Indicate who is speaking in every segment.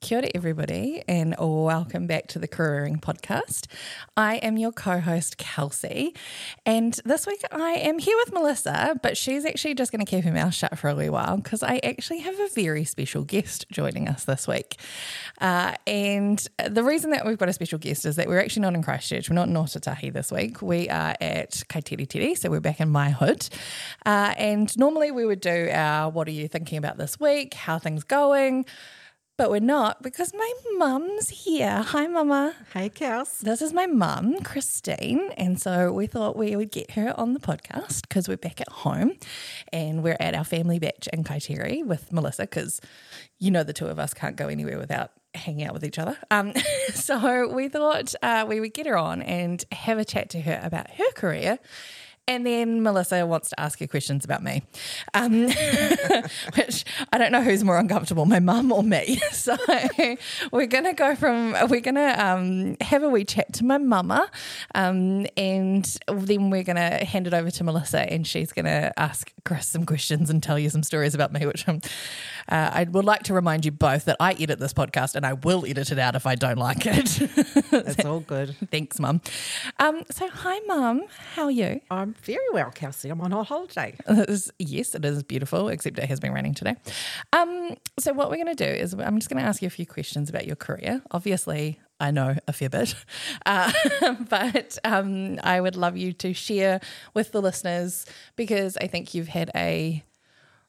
Speaker 1: Kia ora, everybody, and welcome back to the Careering Podcast. I am your co host, Kelsey, and this week I am here with Melissa, but she's actually just going to keep her mouth shut for a wee while because I actually have a very special guest joining us this week. Uh, and the reason that we've got a special guest is that we're actually not in Christchurch, we're not in Otatahi this week. We are at Kaiteri Tiri, so we're back in my hood. Uh, and normally we would do our what are you thinking about this week, how are things going. But we're not because my mum's here. Hi, mama.
Speaker 2: Hey, Kels.
Speaker 1: This is my mum, Christine. And so we thought we would get her on the podcast because we're back at home and we're at our family batch in Kaiteri with Melissa because you know the two of us can't go anywhere without hanging out with each other. Um, so we thought uh, we would get her on and have a chat to her about her career. And then Melissa wants to ask her questions about me, um, which I don't know who's more uncomfortable, my mum or me. So we're gonna go from we're gonna um, have a wee chat to my mama, um, and then we're gonna hand it over to Melissa, and she's gonna ask Chris some questions and tell you some stories about me, which I'm, uh, I would like to remind you both that I edit this podcast, and I will edit it out if I don't like it.
Speaker 2: It's all good.
Speaker 1: Thanks, Mum. Um, so, hi, Mum. How are you?
Speaker 2: I'm very well, Kelsey. I'm on a holiday.
Speaker 1: It is- yes, it is beautiful, except it has been raining today. Um, so, what we're going to do is I'm just going to ask you a few questions about your career. Obviously, I know a fair bit, uh, but um, I would love you to share with the listeners because I think you've had a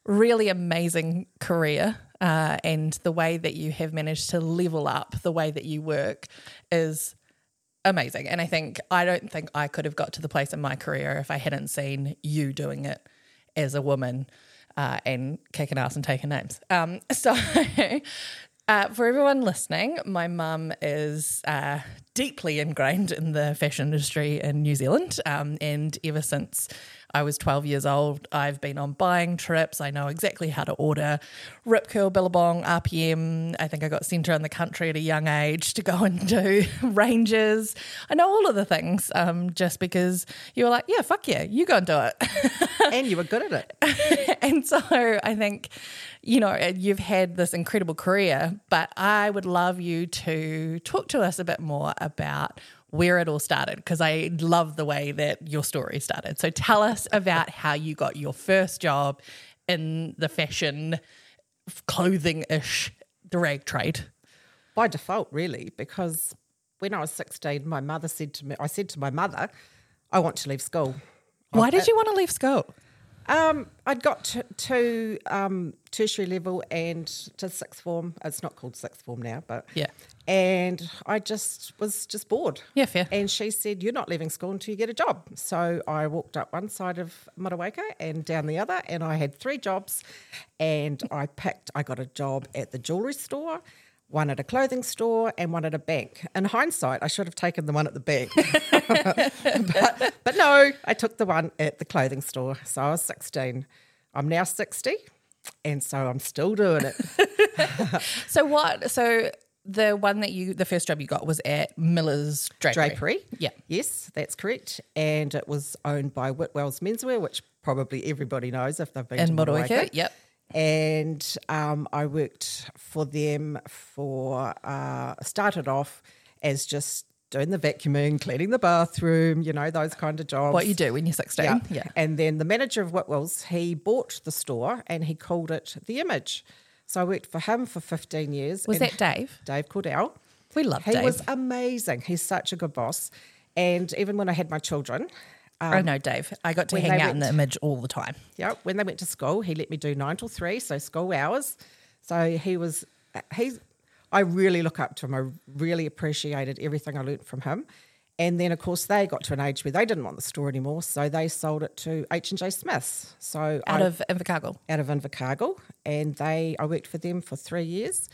Speaker 1: really amazing career. Uh, and the way that you have managed to level up the way that you work is amazing. And I think I don't think I could have got to the place in my career if I hadn't seen you doing it as a woman uh, and kicking ass and taking names. Um, so. Uh, for everyone listening, my mum is uh, deeply ingrained in the fashion industry in New Zealand. Um, and ever since I was 12 years old, I've been on buying trips. I know exactly how to order Rip Curl, Billabong, RPM. I think I got sent around the country at a young age to go and do ranges. I know all of the things um, just because you were like, yeah, fuck yeah, you go and do it.
Speaker 2: and you were good at it.
Speaker 1: and so I think, you know, uh, you've had this incredible career, but I would love you to talk to us a bit more about where it all started because I love the way that your story started. So tell us about how you got your first job in the fashion, clothing ish drag trade.
Speaker 2: By default, really, because when I was 16, my mother said to me, I said to my mother, I want to leave school.
Speaker 1: Why did you want to leave school?
Speaker 2: Um, I'd got to, to um, tertiary level and to sixth form. It's not called sixth form now, but
Speaker 1: Yeah.
Speaker 2: And I just was just bored.
Speaker 1: Yeah, fair.
Speaker 2: And she said, "You're not leaving school until you get a job." So I walked up one side of Marawaka and down the other, and I had three jobs. And I picked. I got a job at the jewelry store. One at a clothing store and one at a bank. In hindsight, I should have taken the one at the bank. but, but no, I took the one at the clothing store. So I was 16. I'm now 60, and so I'm still doing it.
Speaker 1: So what? So the one that you, the first job you got was at Miller's Drapery.
Speaker 2: Drapery.
Speaker 1: Yeah.
Speaker 2: Yes, that's correct. And it was owned by Whitwell's Menswear, which probably everybody knows if they've been
Speaker 1: In
Speaker 2: to
Speaker 1: Motueka.
Speaker 2: Motueka.
Speaker 1: Yep.
Speaker 2: And um, I worked for them for, uh, started off as just doing the vacuuming, cleaning the bathroom, you know, those kind of jobs.
Speaker 1: What you do when you're 16. yeah.
Speaker 2: And then the manager of Whitwell's, he bought the store and he called it The Image. So I worked for him for 15 years.
Speaker 1: Was
Speaker 2: and
Speaker 1: that Dave?
Speaker 2: Dave Cordell?
Speaker 1: We love
Speaker 2: He
Speaker 1: Dave.
Speaker 2: was amazing. He's such a good boss. And even when I had my children, um,
Speaker 1: oh no, Dave. I got to
Speaker 2: when
Speaker 1: hang
Speaker 2: they
Speaker 1: out in the
Speaker 2: went-
Speaker 1: image all the time.
Speaker 2: yeah, when they went to school, he let me do nine till three, so school hours. So he was, he's, I really look up to him. I really appreciated everything I learnt from him. And then, of course, they got to an age where they didn't want the store anymore, so they sold it to H and J Smiths. So
Speaker 1: Out
Speaker 2: I,
Speaker 1: of Invercargill.
Speaker 2: out of Invercargill, and they I worked for them for three years,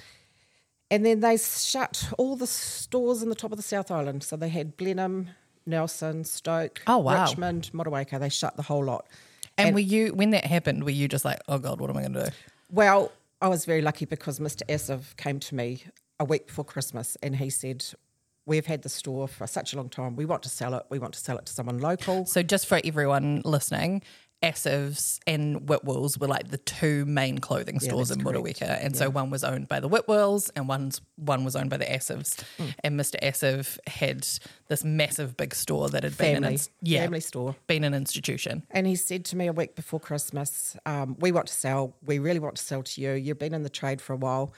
Speaker 2: and then they shut all the stores in the top of the South Island. So they had Blenheim, Nelson, Stoke,
Speaker 1: Oh, wow.
Speaker 2: Richmond, Motueka. They shut the whole lot.
Speaker 1: And, were you when that happened, were you just like, Oh God, what am I gonna do?
Speaker 2: Well, I was very lucky because Mr. Asif came to me a week before Christmas, and he said. We've had the store for such a long time. We want to sell it. We want to sell it to someone local.
Speaker 1: So just for everyone listening, Assiv's and Whitwell's were like the two main clothing stores in Motueka. And so one was owned by the Whitwells and one's one was owned by the Assiv's.
Speaker 2: Mm.
Speaker 1: And Mr. Assiv had this massive big store that had been an
Speaker 2: Family.
Speaker 1: ins- yeah,
Speaker 2: Family store.
Speaker 1: been an institution.
Speaker 2: And he said to me a week before Christmas, um, We want to sell. We really want to sell to you. You've been in the trade for a while,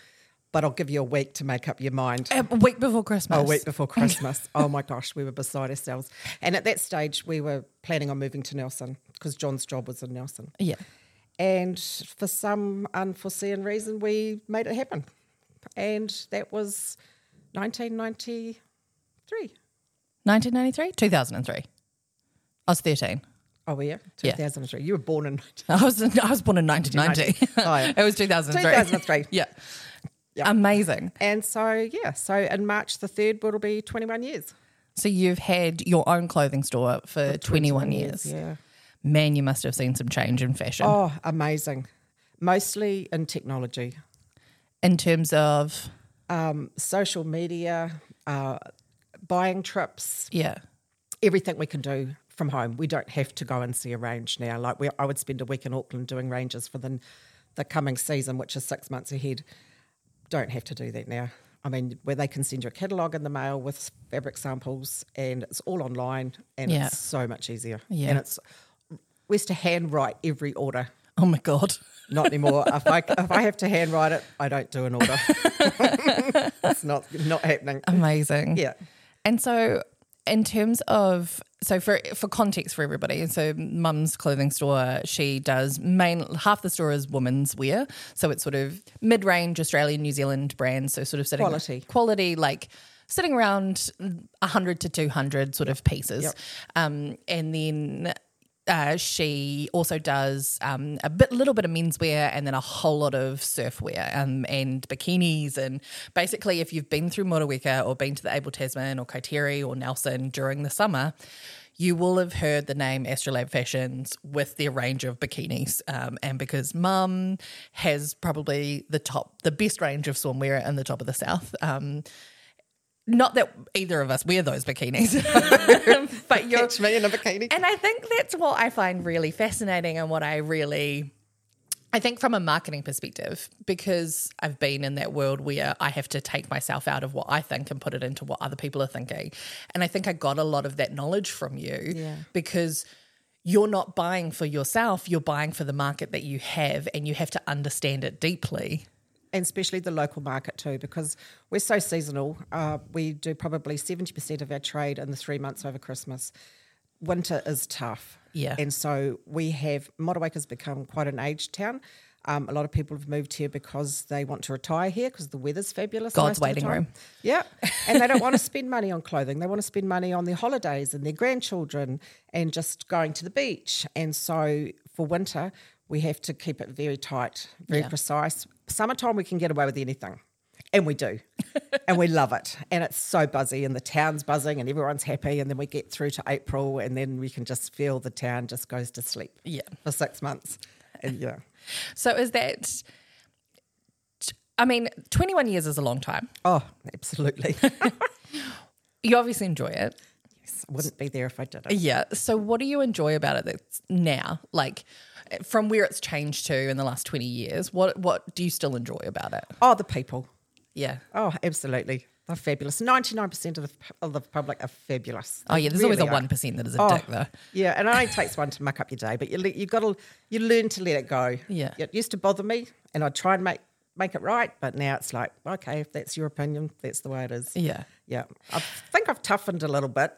Speaker 2: but I'll give you a week to make up your mind.
Speaker 1: A week before Christmas.
Speaker 2: A week before Christmas. oh my gosh, we were beside ourselves. And at that stage, we were planning on moving to Nelson because John's job was in Nelson.
Speaker 1: Yeah.
Speaker 2: And for some unforeseen reason, we made it happen. And that was 1993.
Speaker 1: 1993, 2003. I was 13.
Speaker 2: Oh, yeah,
Speaker 1: Yeah.
Speaker 2: 2003. You were born in
Speaker 1: I was I was born in 1990.
Speaker 2: Oh, yeah.
Speaker 1: it was 2003.
Speaker 2: 2003.
Speaker 1: yeah.
Speaker 2: Yeah.
Speaker 1: Amazing.
Speaker 2: And so, yeah, so in March the 3rd, it'll be 21 years.
Speaker 1: So you've had your own clothing store for, 21 years.
Speaker 2: Yeah.
Speaker 1: Man, you must have seen some change in fashion
Speaker 2: Oh, amazing. Mostly in technology,
Speaker 1: in terms of
Speaker 2: um, social media, uh, buying trips,
Speaker 1: yeah.
Speaker 2: everything we can do from home. We don't have to go and see a range now. Like we, I would spend a week in Auckland doing ranges for the, the coming season, which is six months ahead. Don't have to do that now. I mean, where they can send you a catalogue in the mail with fabric samples, and it's all online, and
Speaker 1: Yeah.
Speaker 2: it's so much easier.
Speaker 1: Yeah.
Speaker 2: And it's we used to handwrite every order.
Speaker 1: Oh my god.
Speaker 2: Not anymore. if I if I have to handwrite it, I don't do an order. it's not not happening.
Speaker 1: Um, Amazing.
Speaker 2: Yeah.
Speaker 1: And so, in terms of so for for context for everybody, so Mum's clothing store she does main half the store is women's wear, so it's sort of mid range Australian New Zealand brands, so sort of sitting
Speaker 2: Quality.
Speaker 1: quality like. Sitting around 100 to 200 sort of pieces. Um, and then uh, she also does um, a bit, little bit of menswear, and then a whole lot of surfwear um, and bikinis. And basically, if you've been through Motueka or been to the Abel Tasman or Kaiteri or Nelson during the summer, you will have heard the name Astrolabe Fashions with their range of bikinis. Um, and because Mum has probably the top, the best range of swimwear in the top of the South. Um, not that either of us wear those bikinis, but you're
Speaker 2: Catch me in a bikini.
Speaker 1: and I think that's what I find really fascinating and what I really I think from a marketing perspective, because I've been in that world where I have to take myself out of what I think and put it into what other people are thinking. And I think I got a lot of that knowledge from you
Speaker 2: Yeah.
Speaker 1: because you're not buying for yourself, you're buying for the market that you have and you have to understand it deeply.
Speaker 2: and especially the local market too, because we're so seasonal. Uh, we do probably 70% of our trade in the three months over Christmas. Winter is tough.
Speaker 1: Yeah.
Speaker 2: And so we have, Motueka's become quite an aged town. Um, a lot of people have moved here because they want to retire here because the weather's fabulous.
Speaker 1: God's
Speaker 2: most of the
Speaker 1: waiting
Speaker 2: time.
Speaker 1: room.
Speaker 2: Yeah. And they don't want to spend money on clothing. They want to spend money on their holidays and their grandchildren and just going to the beach. And so for winter, we have to keep it very tight, very precise. Summertime, we can get away with anything. And we do. and we love it. And it's so buzzy, and the town's buzzing, and everyone's happy. And then we get through to April, and then we can just feel the town just goes to sleep
Speaker 1: Yeah.
Speaker 2: for six months. And yeah.
Speaker 1: So is that I mean, 21 years is a long time.
Speaker 2: Oh, absolutely.
Speaker 1: You obviously enjoy it.
Speaker 2: I wouldn't be there if I didn't.
Speaker 1: Yeah. So, what do you enjoy about it that's now, like from where it's changed to in the last twenty years? What What do you still enjoy about it?
Speaker 2: Oh, the people.
Speaker 1: Yeah.
Speaker 2: Oh, absolutely. They're fabulous. 99% of the, of the public are fabulous.
Speaker 1: Oh yeah. There's always a
Speaker 2: Really are.
Speaker 1: one percent that is a
Speaker 2: Oh,
Speaker 1: dick though.
Speaker 2: Yeah, and it only takes one to muck up your day, but you le- you got to you learn to let it go.
Speaker 1: Yeah.
Speaker 2: it used to bother me, and I'd try and make make it right, but now it's like, okay, if that's your opinion, that's the way it is.
Speaker 1: Yeah.
Speaker 2: yeah. I think I've toughened a little bit.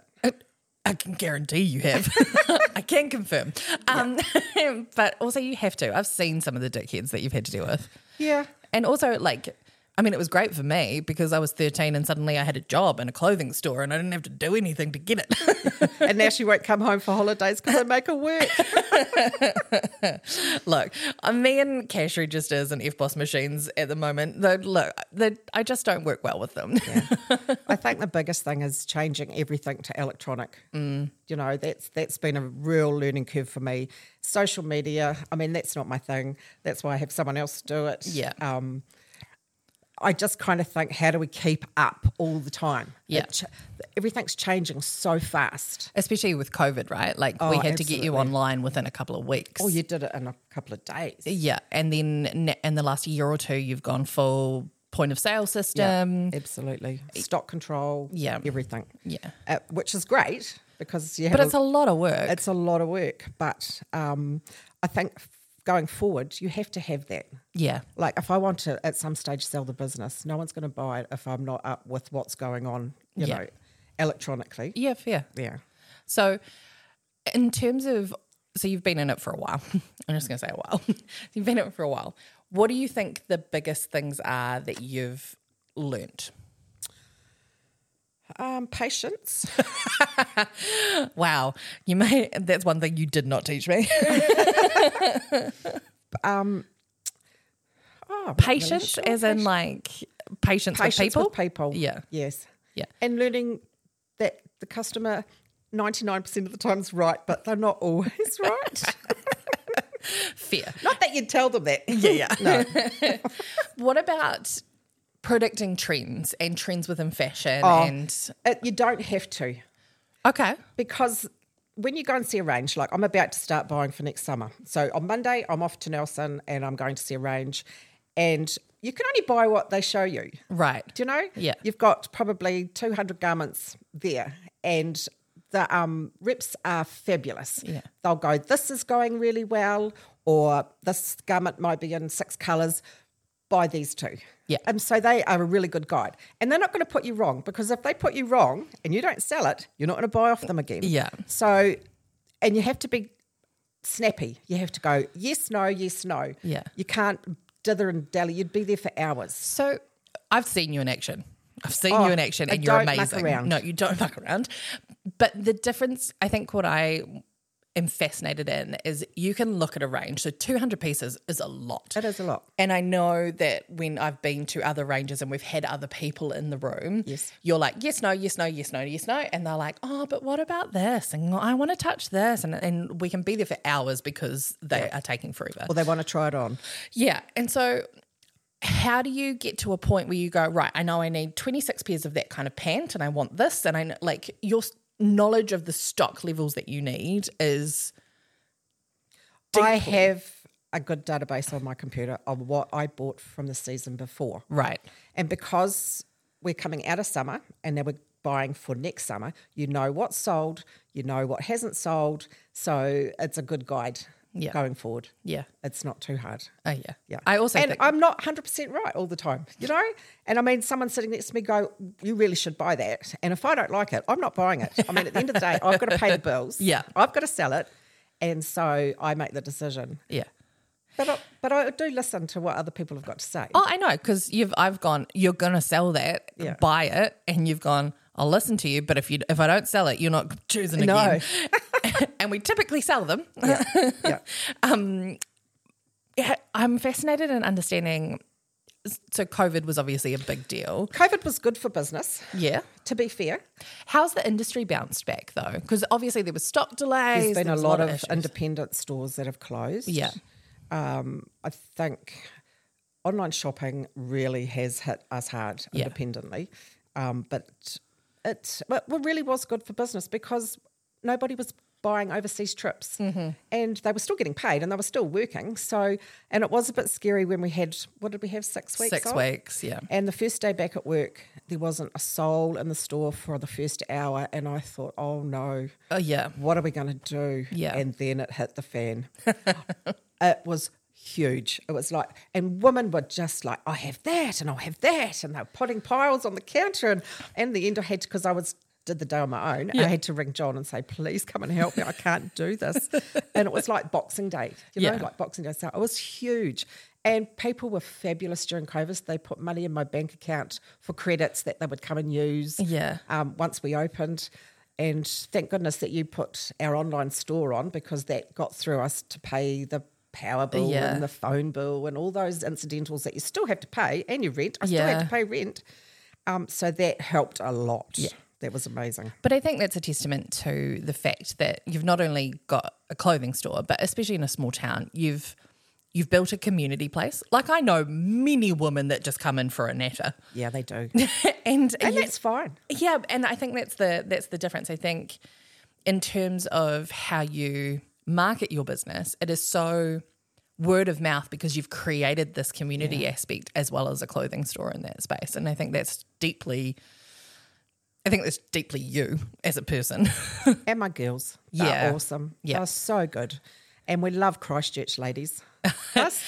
Speaker 1: I can guarantee you have. I can confirm. Um, but also, you have to. I've seen some of the dickheads that you've had to deal with.
Speaker 2: Yeah,
Speaker 1: And also, like, I mean, it was great for me because I was 13 and suddenly I had a job in a clothing store and I didn't have to do anything to get it.
Speaker 2: and now she won't come home for holidays because I make her work.
Speaker 1: look, uh, me and cash registers and F Boss machines at the moment, though, look, they- I just don't work well with them.
Speaker 2: I think the biggest thing is changing everything to electronic. Mm. You know, that's that's been a real learning curve for me. Social media, I mean, that's not my thing. That's why I have someone else do it.
Speaker 1: Yeah.
Speaker 2: Um, I just kind of think, how do we keep up all the time?
Speaker 1: Yeah.
Speaker 2: It ch- everything's changing so fast.
Speaker 1: Especially with COVID, right? Like we
Speaker 2: Oh,
Speaker 1: had to get you online within a couple of weeks.
Speaker 2: Oh, you did it in a couple of days.
Speaker 1: Yeah, and then ne- in the last year or two, you've gone full point of sale system.
Speaker 2: Absolutely. Stock control.
Speaker 1: um, Yeah.
Speaker 2: Everything.
Speaker 1: Yeah,
Speaker 2: Uh, which is great because you have
Speaker 1: but
Speaker 2: a-
Speaker 1: it's a lot of work.
Speaker 2: it's a lot of work. But um, I think f- going forward, you have to have that.
Speaker 1: yeah,
Speaker 2: Like if I want to at some stage sell the business, no one's going to buy it if I'm not up with what's going on, you
Speaker 1: Yeah.
Speaker 2: know, electronically.
Speaker 1: yeah, fair.
Speaker 2: Yeah.
Speaker 1: So, in terms of, so you've been in it for a while. I'm just going to say a while. you've been in it for a while. What do you think the biggest things are that you've learnt?
Speaker 2: Um, patience.
Speaker 1: Wow, you may. That's one thing you did not teach me.
Speaker 2: Oh, I'm not really
Speaker 1: patience,
Speaker 2: sure.
Speaker 1: as in like patience,
Speaker 2: patience
Speaker 1: with people.
Speaker 2: with people.
Speaker 1: Yeah.
Speaker 2: Yes.
Speaker 1: Yeah.
Speaker 2: And learning that the customer 99% of the time is right, but they're not always right.
Speaker 1: Fear.
Speaker 2: not that you'd tell them that. Yeah, yeah. No.
Speaker 1: What about predicting trends and trends within fashion?
Speaker 2: Oh.
Speaker 1: And
Speaker 2: It, you don't have to.
Speaker 1: okay,
Speaker 2: because when you go and see a range, like I'm about to start buying for next summer. So on Monday, I'm off to Nelson and I'm going to see a range. And you can only buy what they show you.
Speaker 1: right.
Speaker 2: Do you know?
Speaker 1: Yeah.
Speaker 2: You've got probably 200 garments there. And the um, reps are fabulous.
Speaker 1: Yeah.
Speaker 2: They'll go, this is going really well, or this garment might be in six colours. Buy these two.
Speaker 1: Yeah.
Speaker 2: And so they are a really good guide. And they're not going to put you wrong because if they put you wrong and you don't sell it, you're not going to buy off them again.
Speaker 1: Yeah.
Speaker 2: So, and you have to be snappy. You have to go, yes, no, yes, no.
Speaker 1: Yeah.
Speaker 2: You can't dither and dally. You'd be there for hours.
Speaker 1: So I've seen you in action. I've seen
Speaker 2: Oh,
Speaker 1: you in action,
Speaker 2: I
Speaker 1: and you're
Speaker 2: don't muck
Speaker 1: amazing.
Speaker 2: around.
Speaker 1: No, you don't muck around. But the difference, I think, what I am fascinated in is you can look at a range. So 200 pieces is a lot.
Speaker 2: It is a lot.
Speaker 1: And I know that when I've been to other ranges and we've had other people in the room,
Speaker 2: Yes.
Speaker 1: you're like, yes, no, yes, no, yes, no, yes, no. And they're like, oh, but what about this? And I want to touch this. And, and we can be there for hours because they are taking forever.
Speaker 2: Well, they want to try it on.
Speaker 1: Yeah. And so, how do you get to a point where you go, right, I know I need 26 pairs of that kind of pant and I want this? And I kn- like your s- knowledge of the stock levels that you need is
Speaker 2: I have a good database on my computer of what I bought from the season before.
Speaker 1: right.
Speaker 2: And because we're coming out of summer and now we're buying for next summer, you know what's sold, you know what hasn't sold. So it's a good guide
Speaker 1: Yeah.
Speaker 2: going forward.
Speaker 1: Yeah.
Speaker 2: It's not too hard.
Speaker 1: Oh, yeah.
Speaker 2: Yeah.
Speaker 1: I also
Speaker 2: and
Speaker 1: think,
Speaker 2: I'm not 100% right all the time, you know? And I mean, someone sitting next to me go, you really should buy that. And if I don't like it, I'm not buying it. I mean, at the end of the day, I've got to pay the bills.
Speaker 1: Yeah.
Speaker 2: I've got to sell it. And so I make the decision.
Speaker 1: yeah.
Speaker 2: But I, but I do listen to what other people have got to say.
Speaker 1: Oh, I know. Cause you've, I've gone, you're going to sell that,
Speaker 2: Yeah.
Speaker 1: buy it. And you've gone, I'll listen to you. But if you, if I don't sell it, you're not choosing
Speaker 2: No.
Speaker 1: again. and we typically sell them. Um,
Speaker 2: yeah.
Speaker 1: Yeah, I'm fascinated in understanding. So COVID was obviously a big deal.
Speaker 2: COVID was good for business,
Speaker 1: Yeah.
Speaker 2: to be fair.
Speaker 1: How's the industry bounced back though? Because obviously there was stock delays.
Speaker 2: There's been
Speaker 1: there
Speaker 2: a
Speaker 1: was
Speaker 2: lot of
Speaker 1: issues.
Speaker 2: independent stores that have closed.
Speaker 1: yeah,
Speaker 2: I think online shopping really has hit us hard
Speaker 1: Yeah.
Speaker 2: independently. Um, but it, well, it really was good for business because nobody was buying overseas trips
Speaker 1: Mm-hmm.
Speaker 2: and they were still getting paid and they were still working. So, and it was a bit scary when we had, what did we have, six weeks?
Speaker 1: six
Speaker 2: off?
Speaker 1: weeks. Yeah,
Speaker 2: And the first day back at work, there wasn't a soul in the store for the first hour. And I thought, oh no,
Speaker 1: oh yeah,
Speaker 2: what are we going to do?
Speaker 1: Yeah.
Speaker 2: And then it hit the fan. it was huge. It was like, and women were just like, I have that and I'll have that. And they were putting piles on the counter. And in the end, I had to, because I was, did the day on my own, I had to ring John and say, please come and help me. I can't do this. and it was like Boxing Day, you know,
Speaker 1: Yeah.
Speaker 2: like Boxing Day. So it was huge. And people were fabulous during COVID. They put money in my bank account for credits that they would come and use
Speaker 1: Yeah.
Speaker 2: um, once we opened. And thank goodness that you put our online store on because that got through us to pay the power bill
Speaker 1: Yeah.
Speaker 2: and the phone bill and all those incidentals that you still have to pay and your rent. I still had
Speaker 1: Yeah.
Speaker 2: to pay rent. Um, so that helped a lot. Yeah. That was amazing.
Speaker 1: but I think that's a testament to the fact that you've not only got a clothing store, but especially in a small town, you've You've built a community place. Like I know many women that just come in for a natter,
Speaker 2: Yeah, they do.
Speaker 1: and
Speaker 2: And
Speaker 1: you-
Speaker 2: that's fine.
Speaker 1: yeah, and I think that's the that's the difference. I think in terms of how you market your business, it is so word of mouth because you've created this community aspect as well as a clothing store in that space. And I think that's deeply I think that's deeply you as a person.
Speaker 2: And my girls.
Speaker 1: Yeah.
Speaker 2: They're awesome.
Speaker 1: Yeah.
Speaker 2: They're so good. And we love Christchurch ladies. Us,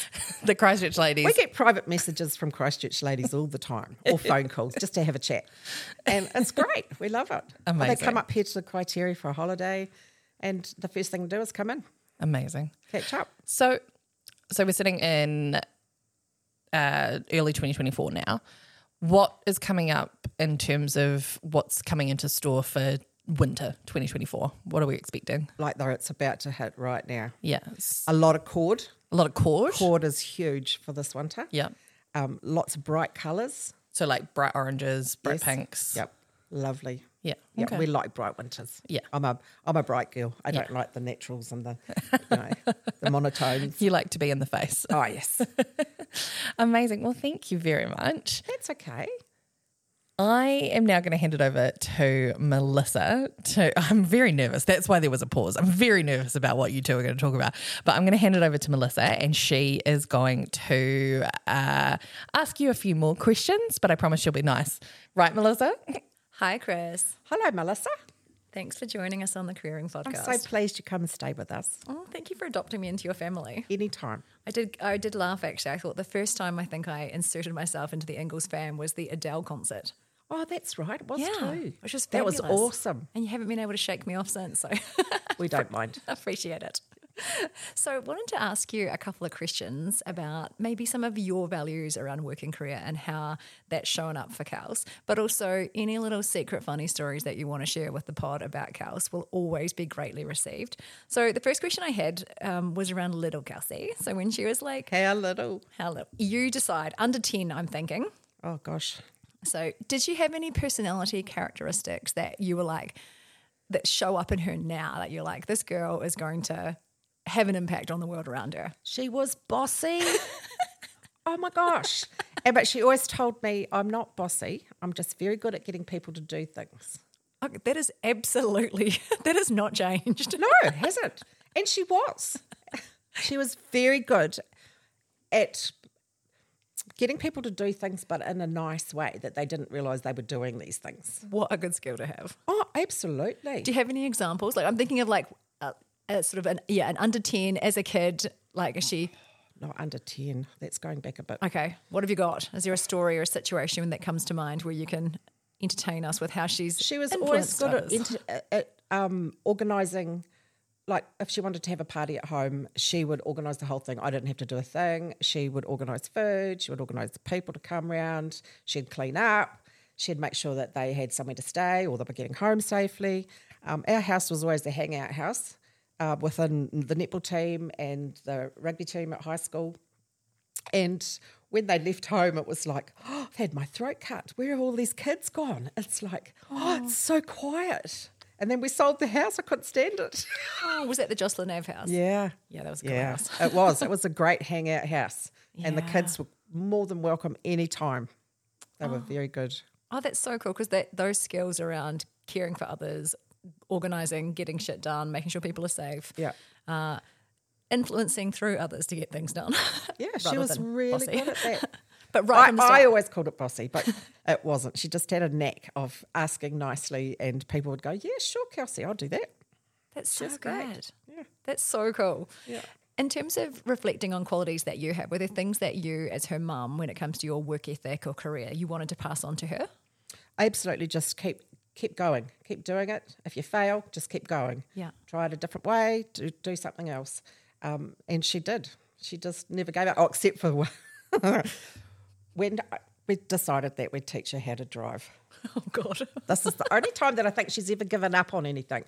Speaker 1: the Christchurch ladies.
Speaker 2: we get private messages from Christchurch ladies all the time or phone calls just to have a chat. And it's great. We love it.
Speaker 1: Amazing.
Speaker 2: They come up here to the criteria for a holiday and the first thing to do is come in,
Speaker 1: Amazing.
Speaker 2: catch up.
Speaker 1: So, so we're sitting in uh, early 2024 now. What is coming up in terms of what's coming into store for winter 2024? What are we expecting?
Speaker 2: Like though it's about to hit right now.
Speaker 1: Yes,
Speaker 2: A lot of cord.
Speaker 1: a lot of cord.
Speaker 2: Cord is huge for this winter.
Speaker 1: Yeah.
Speaker 2: Um, lots of bright colours.
Speaker 1: So like bright oranges, bright
Speaker 2: Yes.
Speaker 1: pinks.
Speaker 2: Yep. Lovely.
Speaker 1: Yeah.
Speaker 2: Yeah,
Speaker 1: Okay.
Speaker 2: we like bright winters.
Speaker 1: Yeah.
Speaker 2: I'm a I'm a bright girl. I don't like the naturals and the you know, the monotones.
Speaker 1: you like to be in the face.
Speaker 2: Oh yes,
Speaker 1: Amazing. Well, thank you very much.
Speaker 2: that's okay.
Speaker 1: I am now going to hand it over to Melissa. To I'm very nervous. That's why there was a pause. I'm very nervous about what you two are going to talk about. But I'm going to hand it over to Melissa, and she is going to uh, ask you a few more questions. But I promise she'll be nice, right, Melissa?
Speaker 3: Hi, Chris.
Speaker 2: Hello, Melissa.
Speaker 3: Thanks for joining us on the Careering
Speaker 2: I'm
Speaker 3: Podcast.
Speaker 2: so pleased you come and stay with us
Speaker 3: oh, thank you for adopting me into your family.
Speaker 2: anytime.
Speaker 3: I did. I did laugh actually. I thought the first time I think I inserted myself into the Ingalls fam was the Adele concert.
Speaker 2: Oh, that's right. It was too.
Speaker 3: which was
Speaker 2: that was
Speaker 3: fabulous.
Speaker 2: awesome.
Speaker 3: and you haven't been able to shake me off since. So
Speaker 2: We don't mind.
Speaker 3: appreciate it. So, I wanted to ask you a couple of questions about maybe some of your values around work and career and how that's shown up for Cows, but also any little secret funny stories that you want to share with the pod about Cows will always be greatly received. So, the first question I had um, was around little Kelsey. So, when she was like,
Speaker 2: How little.
Speaker 3: How little? You decide, under 10, I'm thinking.
Speaker 2: Oh gosh.
Speaker 3: So, did she have any personality characteristics that you were like that show up in her now that you're like, this girl is going to have an impact on the world around her?
Speaker 2: She was bossy. oh my gosh. And, but she always told me, I'm not bossy. I'm just very good at getting people to do things.
Speaker 3: Okay, that is absolutely that has not changed.
Speaker 2: No, it hasn't. And she was. She was very good at getting people to do things, but in a nice way that they didn't realize they were doing these things.
Speaker 3: What a good skill to have.
Speaker 2: Oh, absolutely.
Speaker 3: Do you have any examples? Like I'm thinking of like a, a sort of an yeah an under ten as a kid. Like is she
Speaker 2: Not under 10. That's going back a bit.
Speaker 3: okay? What have you got? Is there a story or a situation that comes to mind where you can entertain us with how she's
Speaker 2: She was always
Speaker 3: influenced
Speaker 2: good at,
Speaker 3: others?
Speaker 2: inter- at- at um, organising. Like if she wanted to have a party at home, she would organise the whole thing. I didn't have to do a thing. She would organise food. She would organise the people to come round. She'd clean up. She'd make sure that they had somewhere to stay or they were getting home safely. Um, our house was always the hangout house uh, within the netball team and the rugby team at high school. And when they left home, it was like, oh, I've had my throat cut. Where have all these kids gone? It's like, oh, it's so quiet. And then we sold the house. I couldn't stand it.
Speaker 3: Oh, was that the Jocelyn Ave house?
Speaker 2: Yeah.
Speaker 3: Yeah, that was a cool
Speaker 2: Yeah.
Speaker 3: house.
Speaker 2: it was. It was a great hangout house. And the
Speaker 3: Yeah.
Speaker 2: kids were more than welcome any time. They were very good.
Speaker 3: Oh, that's so cool because that those skills around caring for others, organizing, getting shit done, making sure people are safe,
Speaker 2: Yeah.
Speaker 3: uh, influencing through others to get things done.
Speaker 2: Yeah. She
Speaker 3: rather
Speaker 2: was
Speaker 3: than
Speaker 2: really
Speaker 3: bossy.
Speaker 2: good at that.
Speaker 3: But right
Speaker 2: I,
Speaker 3: from the
Speaker 2: I
Speaker 3: start,
Speaker 2: always called it bossy, but it wasn't. She just had a knack of asking nicely, and people would go, Yeah, sure, Kelsey, I'll do that.
Speaker 3: that's so good.
Speaker 2: great. Yeah.
Speaker 3: That's so cool. Yeah. In terms of reflecting on qualities that you have, were there things that you, as her mum, when it comes to your work ethic or career, you wanted to pass on to her?
Speaker 2: absolutely just keep keep going keep doing it if you fail just keep going
Speaker 3: Yeah.
Speaker 2: try it a different way do, do something else um, and she did she just never gave up oh, except for one- when I- we decided that we'd teach her how to drive
Speaker 3: Oh God.
Speaker 2: this is the only time that I think she's ever given up on anything.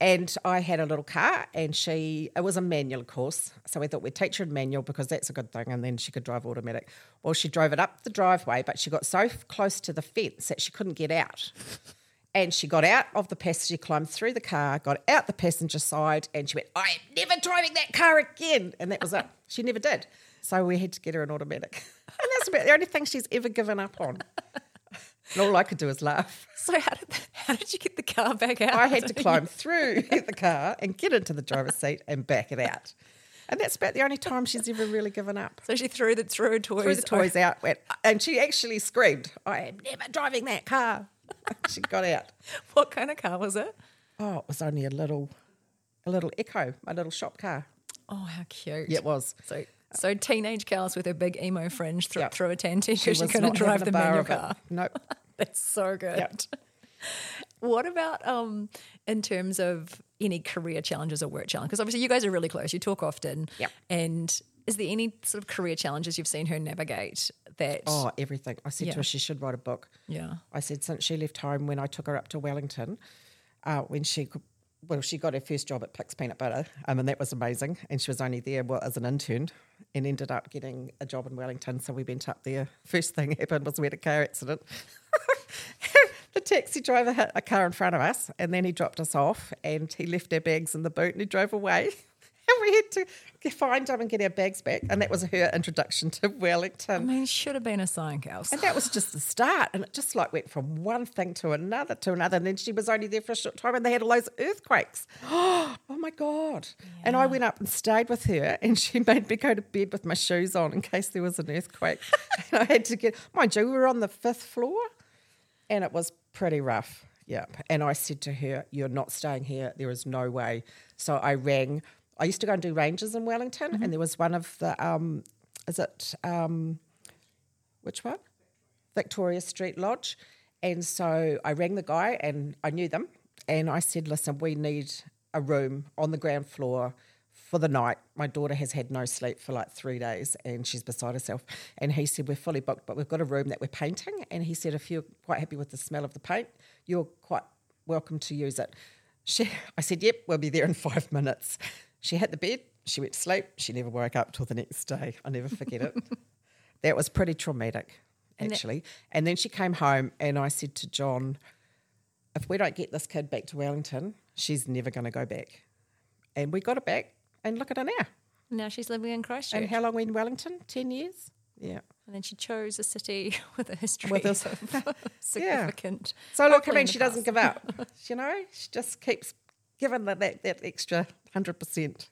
Speaker 2: And I had a little car, and she, it was a manual course. So we thought we'd teach her in manual because that's a good thing. And then she could drive automatic. Well, she drove it up the driveway, but she got so f- close to the fence that she couldn't get out. And she got out of the passenger, climbed through the car, got out the passenger side, and she went, I am never driving that car again. And that was it. She never did. So we had to get her an automatic. And that's about the only thing she's ever given up on. And all I could do is laugh.
Speaker 3: So how did how did you get the car back out?
Speaker 2: I had to climb through the car and get into the driver's seat and back it out. And that's about the only time she's ever really given up.
Speaker 3: So she threw the threw her toys.
Speaker 2: Threw the toys out, went, and she actually screamed, I am never driving that car. She got out.
Speaker 3: What kind of car was it?
Speaker 2: Oh, it was only a little, a little echo, my little shop car.
Speaker 3: Oh, how cute!
Speaker 2: Yeah, it was.
Speaker 3: So so teenage Kels with her big emo fringe thro-
Speaker 2: Yep.
Speaker 3: through a tan because she,
Speaker 2: was
Speaker 3: couldn't
Speaker 2: not
Speaker 3: drive
Speaker 2: having a
Speaker 3: the
Speaker 2: bar
Speaker 3: manual
Speaker 2: of it.
Speaker 3: car.
Speaker 2: Nope.
Speaker 3: That's so good.
Speaker 2: Yep.
Speaker 3: What about um in terms of any career challenges or work challenges? Because obviously you guys are really close. You talk often.
Speaker 2: Yep.
Speaker 3: And is there any sort of career challenges you've seen her navigate that?
Speaker 2: Oh, everything. I said
Speaker 3: Yeah.
Speaker 2: to her, she should write a book.
Speaker 3: Yeah.
Speaker 2: I said since she left home when I took her up to Wellington, uh, when she could, well, she got her first job at Pix Peanut Butter, um, and that was amazing. And she was only there well as an intern, and ended up getting a job in Wellington. So we went up there. First thing happened was we had a car accident. the taxi driver hit a car in front of us, and then he dropped us off, and he left our bags in the boot, and he drove away. And we had to get- find them and get our bags back. And that was her introduction to Wellington.
Speaker 3: I mean, should have been a sign, Kels.
Speaker 2: And that was just the start. And it just like went from one thing to another to another. And then she was only there for a short time and they had all those earthquakes. Oh, my God. And I went up and stayed with her and she made me go to bed with my shoes on in case there was an earthquake. and I had to get, mind you, we were on the fifth floor and it was pretty rough. Yeah. And I said to her, You're not staying here. There is no way. So I rang. I used to go and do Rangers in Wellington and there was one of the, um, is it, um, which one? Victoria Street Lodge. And so I rang the guy and I knew them. And I said, listen, we need a room on the ground floor for the night. My daughter has had no sleep for like three days and she's beside herself. And he said, we're fully booked, but we've got a room that we're painting. And he said, if you're quite happy with the smell of the paint, you're quite welcome to use it. She, I said, yep, we'll be there in five minutes. She hit the bed, she went to sleep, she never woke up till the next day. I never forget it. That was pretty traumatic, actually. and then she came home, and I said to John, if we don't get this kid back to Wellington, she's never going to go back. And we got her back, and look at her now.
Speaker 3: now she's living in Christchurch,
Speaker 2: And
Speaker 3: and,
Speaker 2: how long we in Wellington? 10 years? Yeah.
Speaker 3: then she chose a city with a history
Speaker 2: With a-
Speaker 3: of significant.
Speaker 2: So, look, I
Speaker 3: hopefully in
Speaker 2: mean,
Speaker 3: the
Speaker 2: she doesn't
Speaker 3: past.
Speaker 2: give up, you know? She just keeps giving that, that, that extra 100%.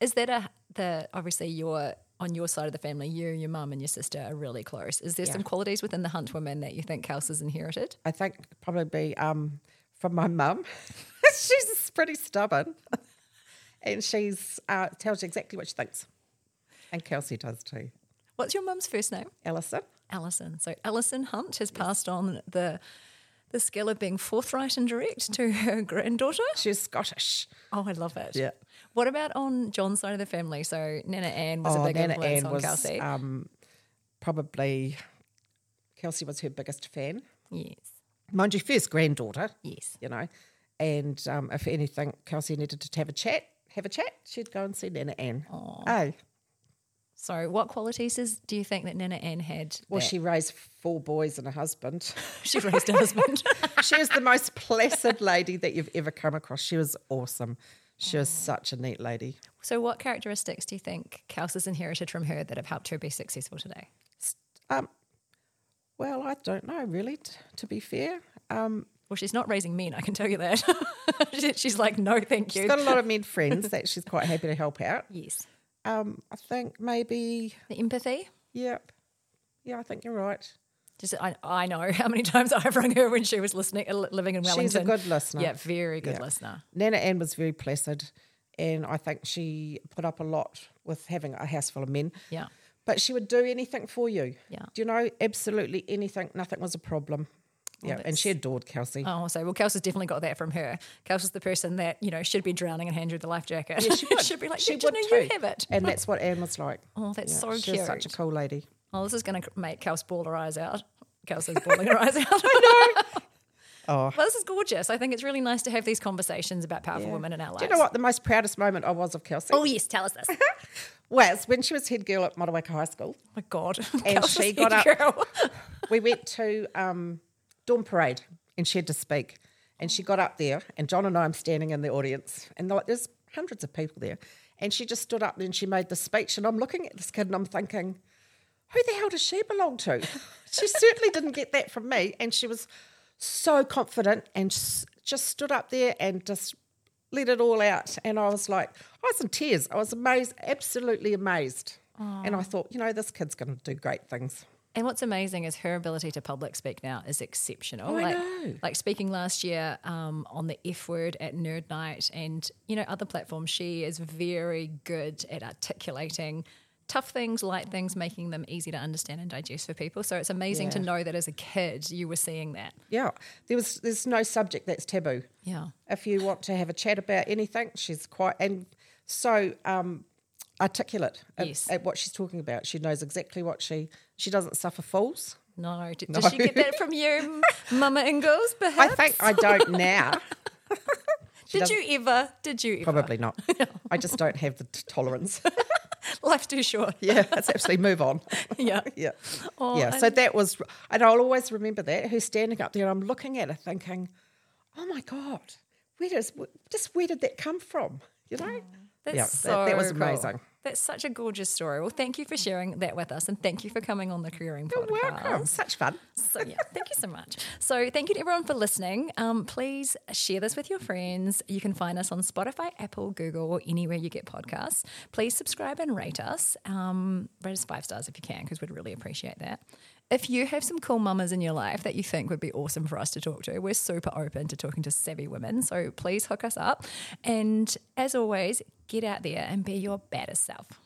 Speaker 3: Is that a the obviously your on your side of the family, you, your mum, and your sister are really close. Is there some qualities within the Hunt women that you think Kels has inherited?
Speaker 2: I think probably be um, from my mum. she's pretty stubborn, and she's uh, tells you exactly what she thinks, and Kelsey does too.
Speaker 3: What's your mum's first name?
Speaker 2: Alison,
Speaker 3: Alison. So Alison Hunt has passed on the the skill of being forthright and direct to her granddaughter.
Speaker 2: she's Scottish.
Speaker 3: Oh, I love it.
Speaker 2: Yeah.
Speaker 3: What about on John's side of the family? So Nana Ann was a big
Speaker 2: Oh, Nana
Speaker 3: influence
Speaker 2: Ann
Speaker 3: on Kelsey.
Speaker 2: um, probably Kelsey was her biggest fan.
Speaker 3: yes.
Speaker 2: Mind you, first granddaughter.
Speaker 3: Yes.
Speaker 2: you know. And um, if anything, Kelsey needed to have a chat. Have a chat. She'd go and see Nana Ann. Oh,
Speaker 3: So what qualities is, do you think that Nana Ann had?
Speaker 2: well,
Speaker 3: that-
Speaker 2: she raised four boys and a husband.
Speaker 3: she raised a husband.
Speaker 2: she was the most placid lady that you've ever come across. She was awesome. She
Speaker 3: Mm.
Speaker 2: was such a neat lady.
Speaker 3: so what characteristics do you think Kels has inherited from her that have helped her be successful today?
Speaker 2: Um, well, I don't know really. T- to be fair, um,
Speaker 3: Well, she's not raising men, I can tell you that. She- she's like, no, thank you.
Speaker 2: she's got a lot of men friends that she's quite happy to help out.
Speaker 3: yes.
Speaker 2: Um, I think maybe,
Speaker 3: The empathy.
Speaker 2: yep, yeah, I think you're right.
Speaker 3: Just I, I know how many times I've rung her when she was listening, uh, li- living in Wellington.
Speaker 2: She's a good listener.
Speaker 3: yeah, very good
Speaker 2: Yeah.
Speaker 3: listener.
Speaker 2: Nana Ann was very placid, and I think she put up a lot with having a house full of men.
Speaker 3: Yeah,
Speaker 2: But she would do anything for you.
Speaker 3: Yeah.
Speaker 2: Do you know? Absolutely anything. Nothing was a problem. Yeah. And she adored Kelsey.
Speaker 3: Oh, so well, Kels has definitely got that from her. Kels is the person that you know should be drowning and hand you the life jacket.
Speaker 2: Yeah, she would.
Speaker 3: should be like,
Speaker 2: she
Speaker 3: "Yeah, Gina,
Speaker 2: would
Speaker 3: you
Speaker 2: too.
Speaker 3: have it.
Speaker 2: And that's what Anne was like.
Speaker 3: Oh, that's so
Speaker 2: She was
Speaker 3: cute.
Speaker 2: such a cool lady.
Speaker 3: oh, this is going to make Kels bawl her eyes out. Kels is bawling her eyes out.
Speaker 2: Oh.
Speaker 3: Well, this is gorgeous. I think it's really nice to have these conversations about powerful women in our lives.
Speaker 2: Do you know what the most proudest moment I was of Kelsey
Speaker 3: Oh yes, tell us this. oh
Speaker 2: was when she was head girl at Motueka High School.
Speaker 3: my god,
Speaker 2: And
Speaker 3: Kels
Speaker 2: she
Speaker 3: is
Speaker 2: got
Speaker 3: head
Speaker 2: up-
Speaker 3: girl.
Speaker 2: We went to um, Dawn Parade and she had to speak. And she got up there, and John and I am standing in the audience, and like there's hundreds of people there. And she just stood up and she made the speech, and I'm looking at this kid and I'm thinking, who the hell does she belong to? she certainly didn't get that from me. And she was so confident and s- just stood up there and just let it all out. And I was like, I was in tears. I was amazed, absolutely amazed. And I thought, you know, this kid's going to do great things.
Speaker 3: And what's amazing is her ability to public speak now is
Speaker 2: Oh,
Speaker 3: exceptional. like, like speaking last year um, on the F word at Nerd Night and, you know, other platforms, she is very good at articulating tough things, light things, making them easy to understand and digest for people. So it's amazing to
Speaker 2: Yeah.
Speaker 3: know that as a kid you were seeing that.
Speaker 2: Yeah, there was there's no subject that's taboo.
Speaker 3: Yeah.
Speaker 2: if you want to have a chat about anything, she's quite and so um, articulate at,
Speaker 3: Yes.
Speaker 2: at what she's talking about. She knows exactly what she she doesn't suffer fools.
Speaker 3: No, did, did she get that from you, Mama Ingalls? Perhaps.
Speaker 2: I think I don't now.
Speaker 3: did you ever? Did you ever?
Speaker 2: Probably not. I just don't have the t- tolerance.
Speaker 3: Life too short.
Speaker 2: yeah, let's actually move on.
Speaker 3: Yeah.
Speaker 2: Yeah.
Speaker 3: Oh,
Speaker 2: yeah. So that was, and I'll always remember that. Her standing up there, and I'm looking at her thinking, oh my God, where does, just where did that come from? You know?
Speaker 3: That's
Speaker 2: yeah,
Speaker 3: so
Speaker 2: that, that was
Speaker 3: cool.
Speaker 2: amazing.
Speaker 3: That's such a gorgeous story. Well, thank you for sharing that with us, and thank you for coming on the Careering Podcast.
Speaker 2: Welcome. Such fun.
Speaker 3: So yeah, thank you so much. So thank you to everyone for listening. Um, please share this with your friends. You can find us on Spotify, Apple, Google, or anywhere you get podcasts. Please subscribe and rate us. Um, rate us five stars if you can, because we'd really appreciate that. If you have some cool mamas in your life that you think would be awesome for us to talk to, we're super open to talking to savvy women. So please hook us up. And as always, get out there and be your baddest self.